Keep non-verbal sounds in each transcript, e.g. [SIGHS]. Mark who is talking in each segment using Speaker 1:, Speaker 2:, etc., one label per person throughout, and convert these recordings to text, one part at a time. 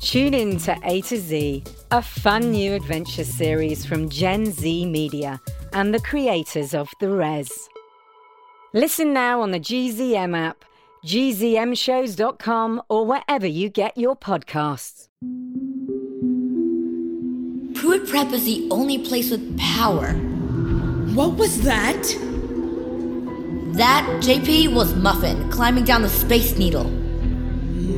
Speaker 1: Tune in to A to Z, a fun new adventure series from Gen Z Media and the creators of The Res. Listen now on the GZM app, gzmshows.com, or wherever you get your podcasts.
Speaker 2: Pruitt Prep is the only place with power.
Speaker 3: What was that?
Speaker 2: That, JP, was Muffin climbing down the Space Needle.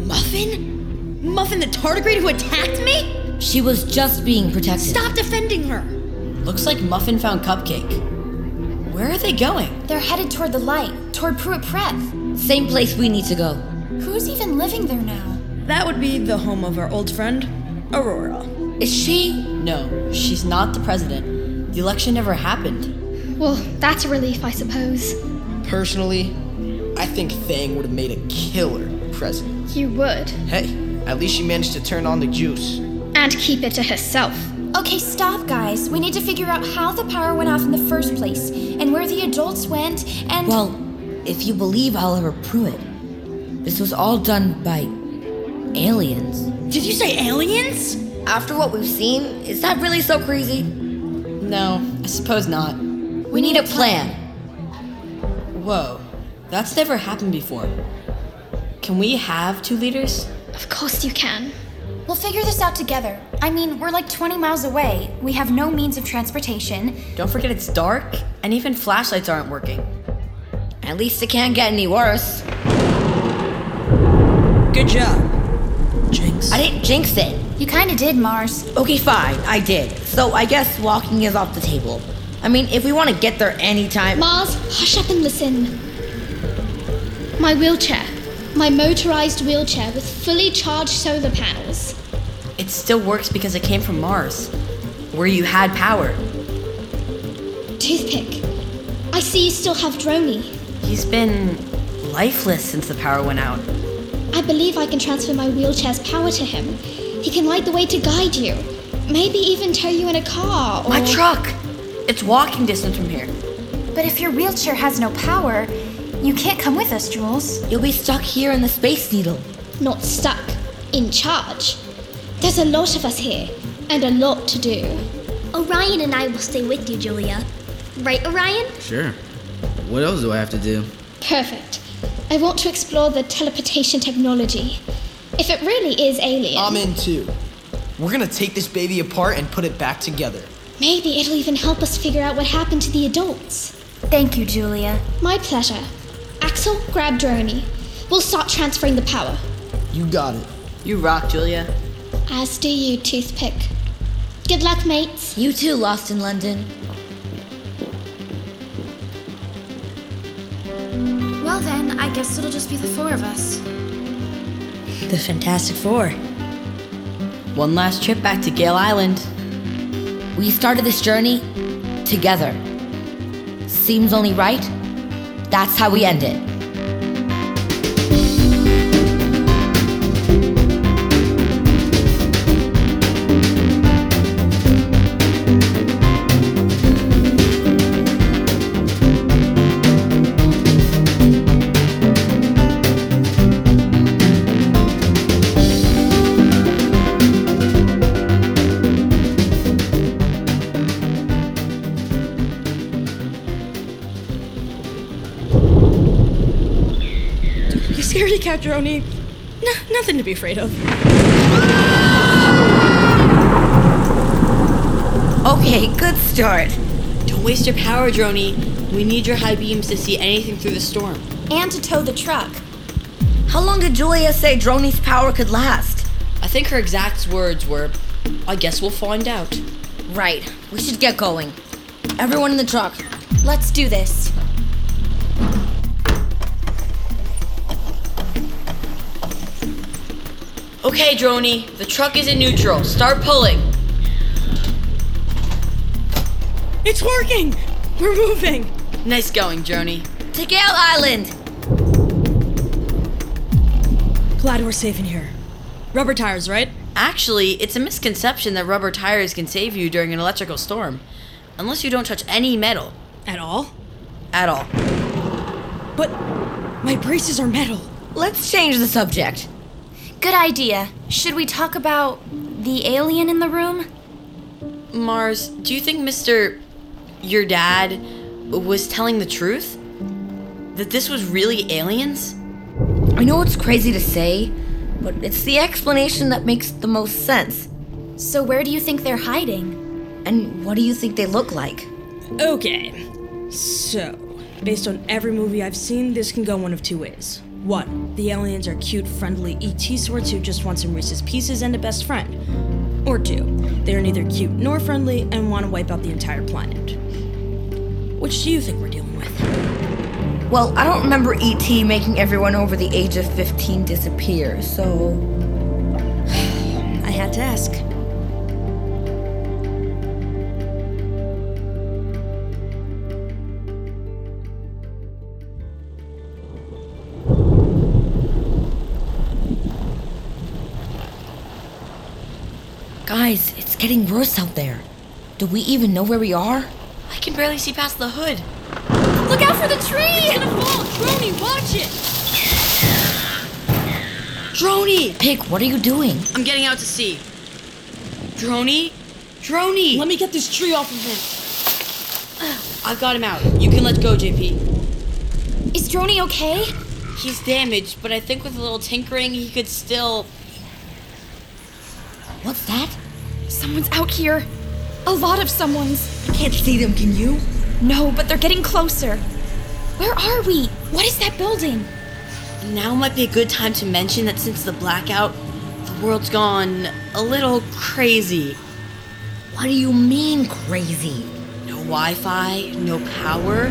Speaker 3: Muffin? Muffin the tardigrade who attacked me?
Speaker 2: She was just being protected.
Speaker 3: Stop defending her!
Speaker 2: Looks like Muffin found Cupcake. Where are they going?
Speaker 4: They're headed toward the light, toward Pruitt Prep.
Speaker 2: Same place we need to go.
Speaker 4: Who's even living there now?
Speaker 3: That would be the home of our old friend, Aurora.
Speaker 2: Is she? No, she's not the president. The election never happened.
Speaker 4: Well, that's a relief, I suppose.
Speaker 5: Personally, I think Thang would have made a killer president.
Speaker 4: You would.
Speaker 5: Hey, at least she managed to turn on the juice.
Speaker 4: And keep it to herself.
Speaker 6: Okay, stop, guys. We need to figure out how the power went off in the first place, and where the adults went, and.
Speaker 2: Well, if you believe Oliver Pruitt, this was all done by aliens.
Speaker 3: Did you say aliens?
Speaker 2: After what we've seen, is that really so crazy? No, I suppose not. We, need, a plan. Whoa, that's never happened before. Can we have two leaders?
Speaker 4: Of course you can.
Speaker 6: We'll figure this out together. I mean, we're like 20 miles away. We have no means of transportation.
Speaker 2: Don't forget it's dark, and even flashlights aren't working. At least it can't get any worse.
Speaker 3: Good job. Jinx.
Speaker 2: I didn't jinx it.
Speaker 6: You kinda did, Mars.
Speaker 2: Okay, fine, I did. So I guess walking is off the table. I mean, if we want to get there anytime.
Speaker 4: Mars, hush up and listen. My wheelchair. My motorized wheelchair with fully charged solar panels.
Speaker 2: It still works because it came from Mars, where you had power.
Speaker 4: Toothpick. I see you still have Droney.
Speaker 2: He's been lifeless since the power went out.
Speaker 4: I believe I can transfer my wheelchair's power to him. He can light the way to guide you. Maybe even tow you in a car or.
Speaker 2: My truck! It's walking distance from here.
Speaker 6: But if your wheelchair has no power, you can't come with us, Jules.
Speaker 2: You'll be stuck here in the Space Needle.
Speaker 4: Not stuck. In charge. There's a lot of us here, and a lot to do. Orion and I will stay with you, Julia. Right, Orion?
Speaker 7: Sure. What else do I have to do?
Speaker 4: Perfect. I want to explore the teleportation technology. If it really is alien,
Speaker 5: I'm in too. We're gonna take this baby apart and put it back together.
Speaker 4: maybe it'll even help us figure out what happened to the adults.
Speaker 6: Thank you, Julia.
Speaker 4: My pleasure. Axel, grab Droney. We'll start transferring the power.
Speaker 5: You got it.
Speaker 2: You rock, Julia.
Speaker 4: As do you, Toothpick. Good luck, mates.
Speaker 2: You too, Lost in London.
Speaker 6: Well, then, I guess it'll just be the four of us.
Speaker 2: The Fantastic Four. One last trip back to Gale Island. We started this journey together. Seems only right. That's how we end it.
Speaker 3: You scared a cat, Droney? No, nothing to be afraid of.
Speaker 2: Okay, good start.
Speaker 3: Don't waste your power, Droney. We need your high beams to see anything through the storm.
Speaker 6: And to tow the truck.
Speaker 2: How long did Julia say Droney's power could last?
Speaker 3: I think her exact words were, I guess we'll find out.
Speaker 2: Right, we should get going. Everyone in the truck.
Speaker 6: Let's do this.
Speaker 2: Okay, Droney, the truck is in neutral. Start pulling. It's working! We're moving! Nice going, Droney.
Speaker 8: To Gale Island!
Speaker 2: Glad we're safe in here. Rubber tires, right? Actually, it's a misconception that rubber tires can save you during an electrical storm, unless you don't touch any metal. At all? At all. But my braces are metal.
Speaker 8: Let's change the subject.
Speaker 4: Good idea. Should we talk about the alien in the room?
Speaker 2: Mars, do you think Mr. your dad was telling the truth? That this was really aliens?
Speaker 8: I know it's crazy to say, but it's the explanation that makes the most sense.
Speaker 4: So, where do you think they're hiding?
Speaker 8: And what do you think they look like?
Speaker 9: Okay, so based on every movie I've seen, this can go one of two ways. One, the aliens are cute, friendly ET sorts who just want some Reese's Pieces and a best friend. Or two, they are neither cute nor friendly and want to wipe out the entire planet. Which do you think we're dealing with?
Speaker 8: Well, I don't remember E.T. making everyone over the age of 15 disappear, so. [SIGHS] I had to ask. Guys, it's getting worse out there. Do we even know where we are?
Speaker 2: I can barely see past the hood.
Speaker 4: Look out for the tree!
Speaker 2: gonna fall! Droney, watch it! Droney!
Speaker 8: Pig, what are you doing?
Speaker 2: I'm getting out to sea. Droney? Droney! Let me get this tree off of him. I've got him out. You can let go, JP.
Speaker 4: Is Droney okay?
Speaker 2: He's damaged, but I think with a little tinkering, he could still.
Speaker 8: What's that?
Speaker 4: Someone's out here. A lot of someone's.
Speaker 8: I can't see them, can you?
Speaker 4: No, but they're getting closer. Where are we? What is that building?
Speaker 2: Now might be a good time to mention that since the blackout, the world's gone a little crazy.
Speaker 8: What do you mean, crazy?
Speaker 2: No Wi Fi, no power.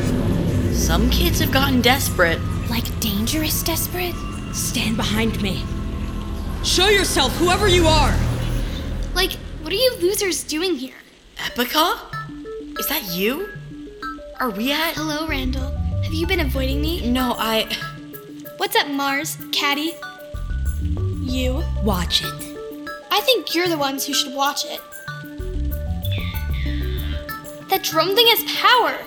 Speaker 2: Some kids have gotten desperate.
Speaker 4: Like dangerous, desperate?
Speaker 9: Stand behind me. Show yourself, whoever you are!
Speaker 10: Like, what are you losers doing here?
Speaker 2: Epica? Is that you? Are we at?
Speaker 10: Uh, Hello, Randall. Have you been avoiding me?
Speaker 2: No, I.
Speaker 10: What's up, Mars? Caddy? You?
Speaker 9: Watch it.
Speaker 10: I think you're the ones who should watch it. That drum thing has power!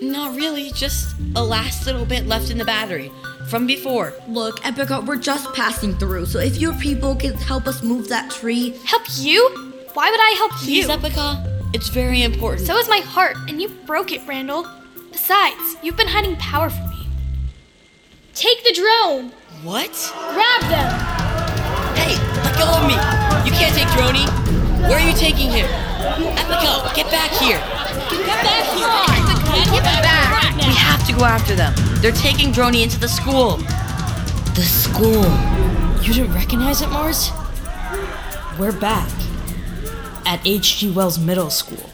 Speaker 2: Not really, just a last little bit left in the battery from before.
Speaker 8: Look, Epica, we're just passing through, so if your people could help us move that tree.
Speaker 10: Help you? Why would I help you?
Speaker 2: Please, Epica, it's very important.
Speaker 10: So is my heart, and you broke it, Randall. Besides, you've been hiding power from me. Take the drone!
Speaker 2: what?
Speaker 10: Grab them!
Speaker 2: Hey, let go of me! You can't take Droney. Where are you taking him? Epica, get back here! Get back here! Get
Speaker 8: Ah,
Speaker 2: back! We have to go after them. They're taking Droney into the school.
Speaker 8: The school.
Speaker 9: You didn't recognize it, Mars? We're back at H.G. Wells Middle School.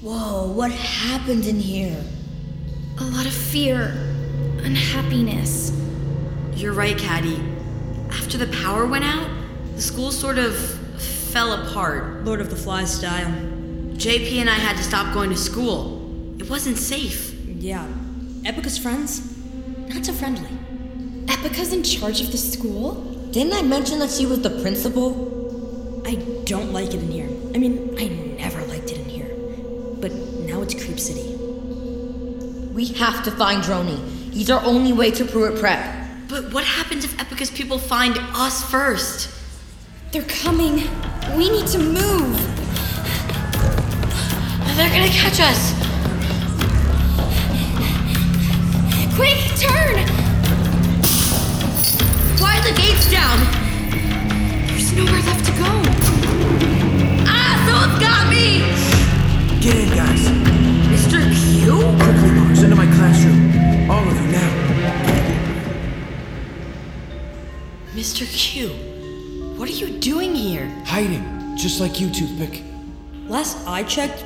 Speaker 8: Whoa, what happened in here?
Speaker 10: A lot of fear, unhappiness.
Speaker 2: You're right, Caddy. After the power went out, the school sort of fell apart.
Speaker 9: Lord of the Flies style.
Speaker 2: JP and I had to stop going to school. It wasn't safe.
Speaker 9: Yeah. Epica's friends? Not so friendly.
Speaker 4: Epica's in charge of the school?
Speaker 8: Didn't I mention that she was the principal?
Speaker 9: I don't like it in here. I mean, I never liked it in here. But now it's Creep City.
Speaker 8: We have to find Droney. He's our only way to Pruitt Prep.
Speaker 2: But what happens if Epica's people find us first?
Speaker 4: They're coming. We need to move.
Speaker 2: They're gonna catch us.
Speaker 4: Quick, turn!
Speaker 8: Why are the gates down?
Speaker 4: There's nowhere left to go.
Speaker 8: Ah, someone's got me!
Speaker 5: Get in, guys.
Speaker 8: Mr. Q?
Speaker 5: Quickly, Mars, into my classroom. All of you now.
Speaker 2: Mr. Q, what are you doing here?
Speaker 5: Hiding, just like you, Toothpick.
Speaker 9: Last I checked,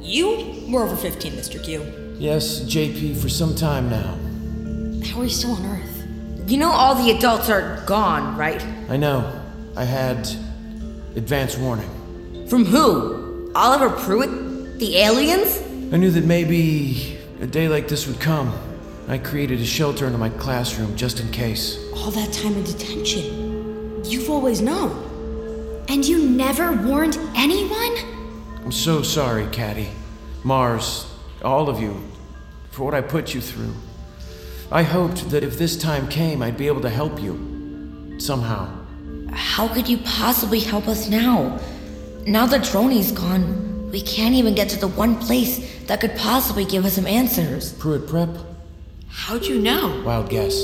Speaker 11: You were over 15, Mr. Q.
Speaker 5: Yes, JP, for some time now.
Speaker 11: How are you still on Earth?
Speaker 8: You know all the adults are gone, right?
Speaker 5: I know. I had advance warning.
Speaker 8: From who? Oliver Pruitt? The aliens?
Speaker 5: I knew that maybe a day like this would come. I created a shelter under my classroom just in case.
Speaker 11: All that time in detention. You've always known.
Speaker 4: And you never warned anyone?
Speaker 5: I'm so sorry, Caddy. Mars, all of you, for what I put you through. I hoped that if this time came, I'd be able to help you. Somehow.
Speaker 8: How could you possibly help us now? Now that Droney's gone, we can't even get to the one place that could possibly give us some answers.
Speaker 5: Pruitt Prep?
Speaker 8: How'd you know?
Speaker 5: Wild guess.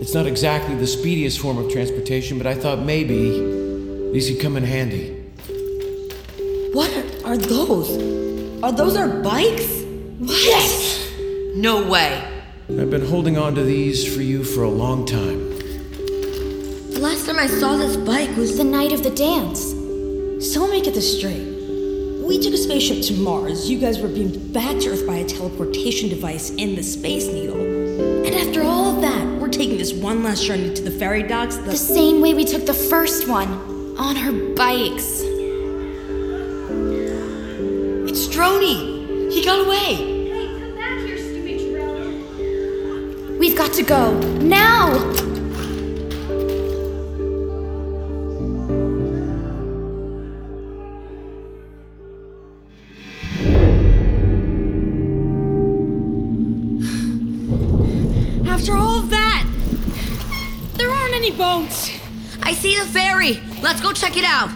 Speaker 5: It's not exactly the speediest form of transportation, but I thought maybe these could come in handy.
Speaker 8: What are those? Are those our bikes? What? Yes!
Speaker 12: No way.
Speaker 5: I've been holding on to these for you for a long time.
Speaker 8: The last time I saw this bike was
Speaker 4: the night of the dance.
Speaker 11: So let me get this straight. We took a spaceship to Mars. You guys were beamed back to Earth by a teleportation device in the Space Needle. And after all of that, we're taking this one last journey to the ferry docks.
Speaker 4: The same way we took the first one. On our bikes.
Speaker 12: It's Droney. He got away.
Speaker 4: We've got to go. Now!
Speaker 11: After all of that, there aren't any boats.
Speaker 12: I see the ferry. Let's go check it out.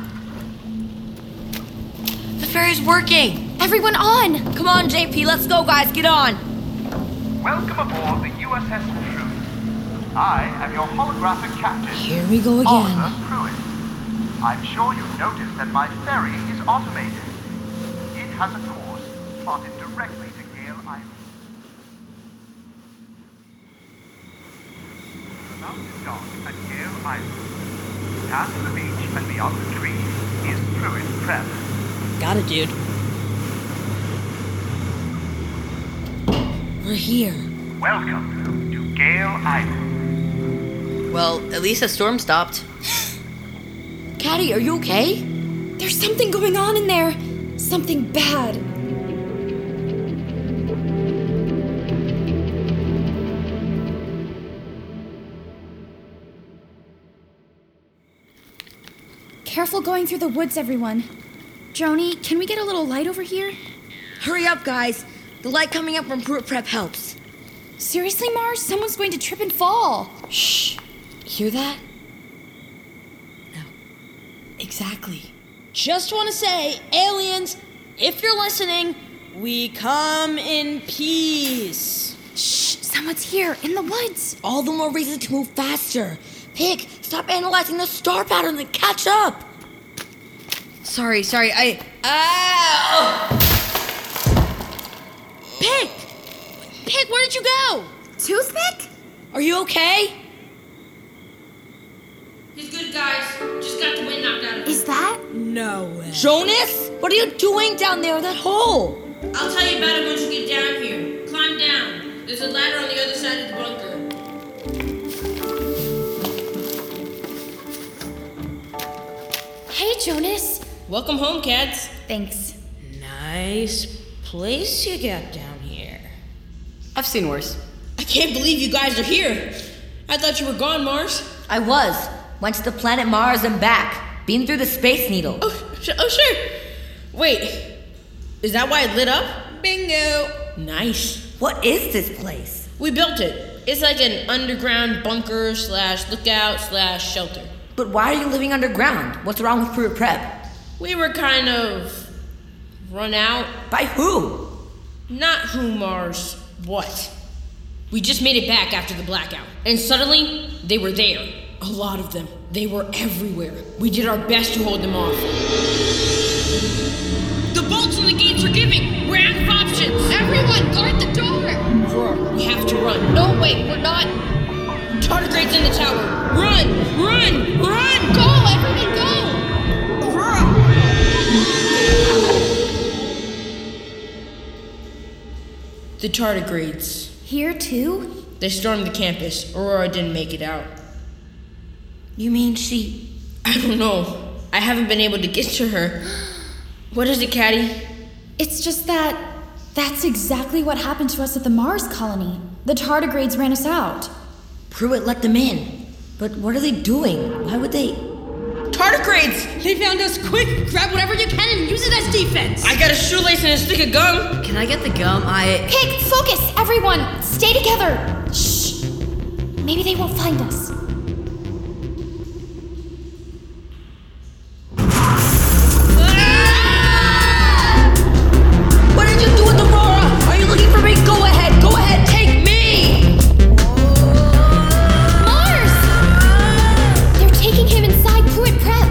Speaker 12: The ferry's working.
Speaker 4: Everyone on.
Speaker 12: Come on, JP. Let's go, guys. Get on.
Speaker 9: Welcome aboard the USS Truth. I am your holographic captain.
Speaker 8: Here we go again.
Speaker 9: Oliver Pruitt. I'm sure you've noticed that my ferry is automated. It has a course plotted directly to Gale Island. About to dock at Gale Island. Past the beach and beyond the trees is Pruitt Prep.
Speaker 11: Got it, dude.
Speaker 8: We're here.
Speaker 9: Welcome to Gale Island.
Speaker 12: Well, at least the storm stopped.
Speaker 8: Caddy, are you okay?
Speaker 4: There's something going on in there. Something bad. Careful going through the woods, everyone. Droney, can we get a little light over here?
Speaker 8: Hurry up, guys. The light coming up from Pruitt Prep helps.
Speaker 4: Seriously, Mars? Someone's going to trip and fall.
Speaker 8: Shh. Hear that? Exactly.
Speaker 11: Just want to say, aliens, if you're listening, we come in peace.
Speaker 4: Shh, someone's here in the woods.
Speaker 8: All the more reason to move faster. Pig, stop analyzing the star pattern and catch up.
Speaker 12: Sorry, sorry. I. Ow!
Speaker 11: Pig! Pig, where did you go?
Speaker 4: Toothpick?
Speaker 11: Are you okay?
Speaker 2: He's good, guys. Just got the wind knocked out of him.
Speaker 4: Is that?
Speaker 11: No way.
Speaker 8: Jonas, what are you doing down there in that hole?
Speaker 2: I'll tell you about it once you get down here. Climb down. There's a ladder on the other side of the bunker.
Speaker 4: Hey, Jonas.
Speaker 2: Welcome home, cats.
Speaker 4: Thanks.
Speaker 11: Nice place you got down here.
Speaker 12: I've seen worse.
Speaker 2: I can't believe you guys are here. I thought you were gone, Mars.
Speaker 8: I was. Went to the planet Mars and back. Beamed through the Space Needle.
Speaker 2: Sh- oh, sure. Wait. Is that why it lit up? Bingo. Nice.
Speaker 8: What is this place?
Speaker 2: We built it. It's like an underground bunker slash lookout slash shelter.
Speaker 8: But why are you living underground? What's wrong with Pruitt Prep?
Speaker 2: We were kind of run out.
Speaker 8: By who?
Speaker 2: Not who, Mars. What? We just made it back after the blackout. And suddenly, they were there. A lot of them. They were everywhere. We did our best to hold them off. The bolts on the gates are giving! We're out of options! Everyone, guard the door! Roar, we have to run. No, wait, we're not. Tardigrade's in the tower. Run! Run! Run! Go, everyone, go! Aurora!
Speaker 13: The tardigrades.
Speaker 4: Here too?
Speaker 13: They stormed the campus. Aurora didn't make it out. You mean she? I don't know. I haven't been able to get to her. [GASPS] What is it, Caddy?
Speaker 4: It's just that that's exactly what happened to us at the Mars colony. The tardigrades ran us out.
Speaker 8: Pruitt let them in. But what are they doing? Why would they?
Speaker 14: Tardigrades! They found us quick! Grab whatever you can and use it as defense!
Speaker 2: I got a shoelace and a stick of gum. Can I get the gum? I.
Speaker 4: Pig, focus! Everyone, stay together! Shh! Maybe they won't find us. Ah!
Speaker 14: What did you do with Aurora? Are you looking for me? Go ahead, go ahead, take me!
Speaker 4: Mars! They're taking him inside Pruitt Prep!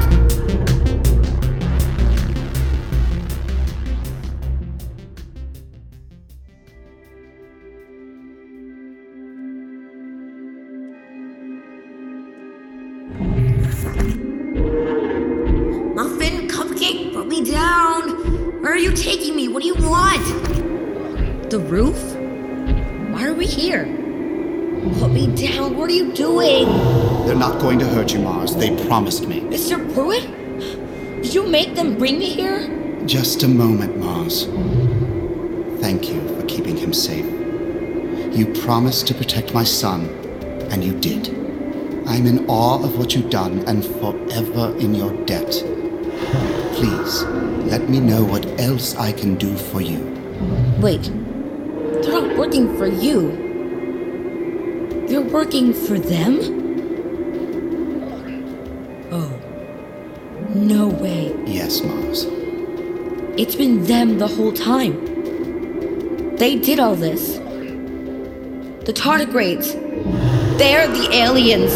Speaker 15: Muffin, cupcake, put me down. Where are you taking me? What do you want?
Speaker 8: The roof? Why are we here?
Speaker 15: Put me down. What are you doing?
Speaker 16: They're not going to hurt you, Mars. They promised me.
Speaker 8: Mr. Pruitt? Did you make them bring me here?
Speaker 16: Just a moment, Mars. Thank you for keeping him safe. You promised to protect my son, and you did. I'm in awe of what you've done and forever in your debt. Please, let me know what else I can do for you.
Speaker 8: Wait. They're not working for you. You're working for them? Oh. No way.
Speaker 16: Yes, Mars.
Speaker 8: It's been them the whole time. They did all this. The tardigrades. They're the aliens.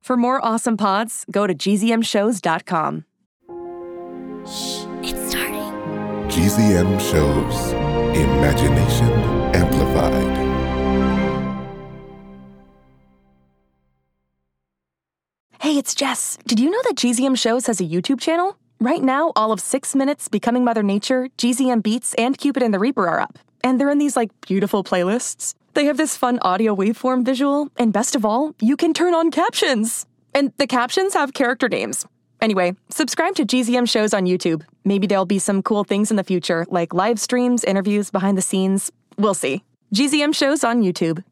Speaker 17: For more awesome pods, go to gzmshows.com.
Speaker 18: GZM shows Imagination Amplified.
Speaker 17: Hey, it's Jess. Did you know that GZM Shows has a YouTube channel? Right now, all of Six Minutes, Becoming Mother Nature, GZM Beats, and Cupid and the Reaper are up. And they're in these, like, beautiful playlists. They have this fun audio waveform visual, and best of all, you can turn on captions. And the captions have character names. Anyway, subscribe to GZM Shows on YouTube. Maybe there'll be some cool things in the future, like live streams, interviews, behind the scenes. We'll see. GZM Shows on YouTube.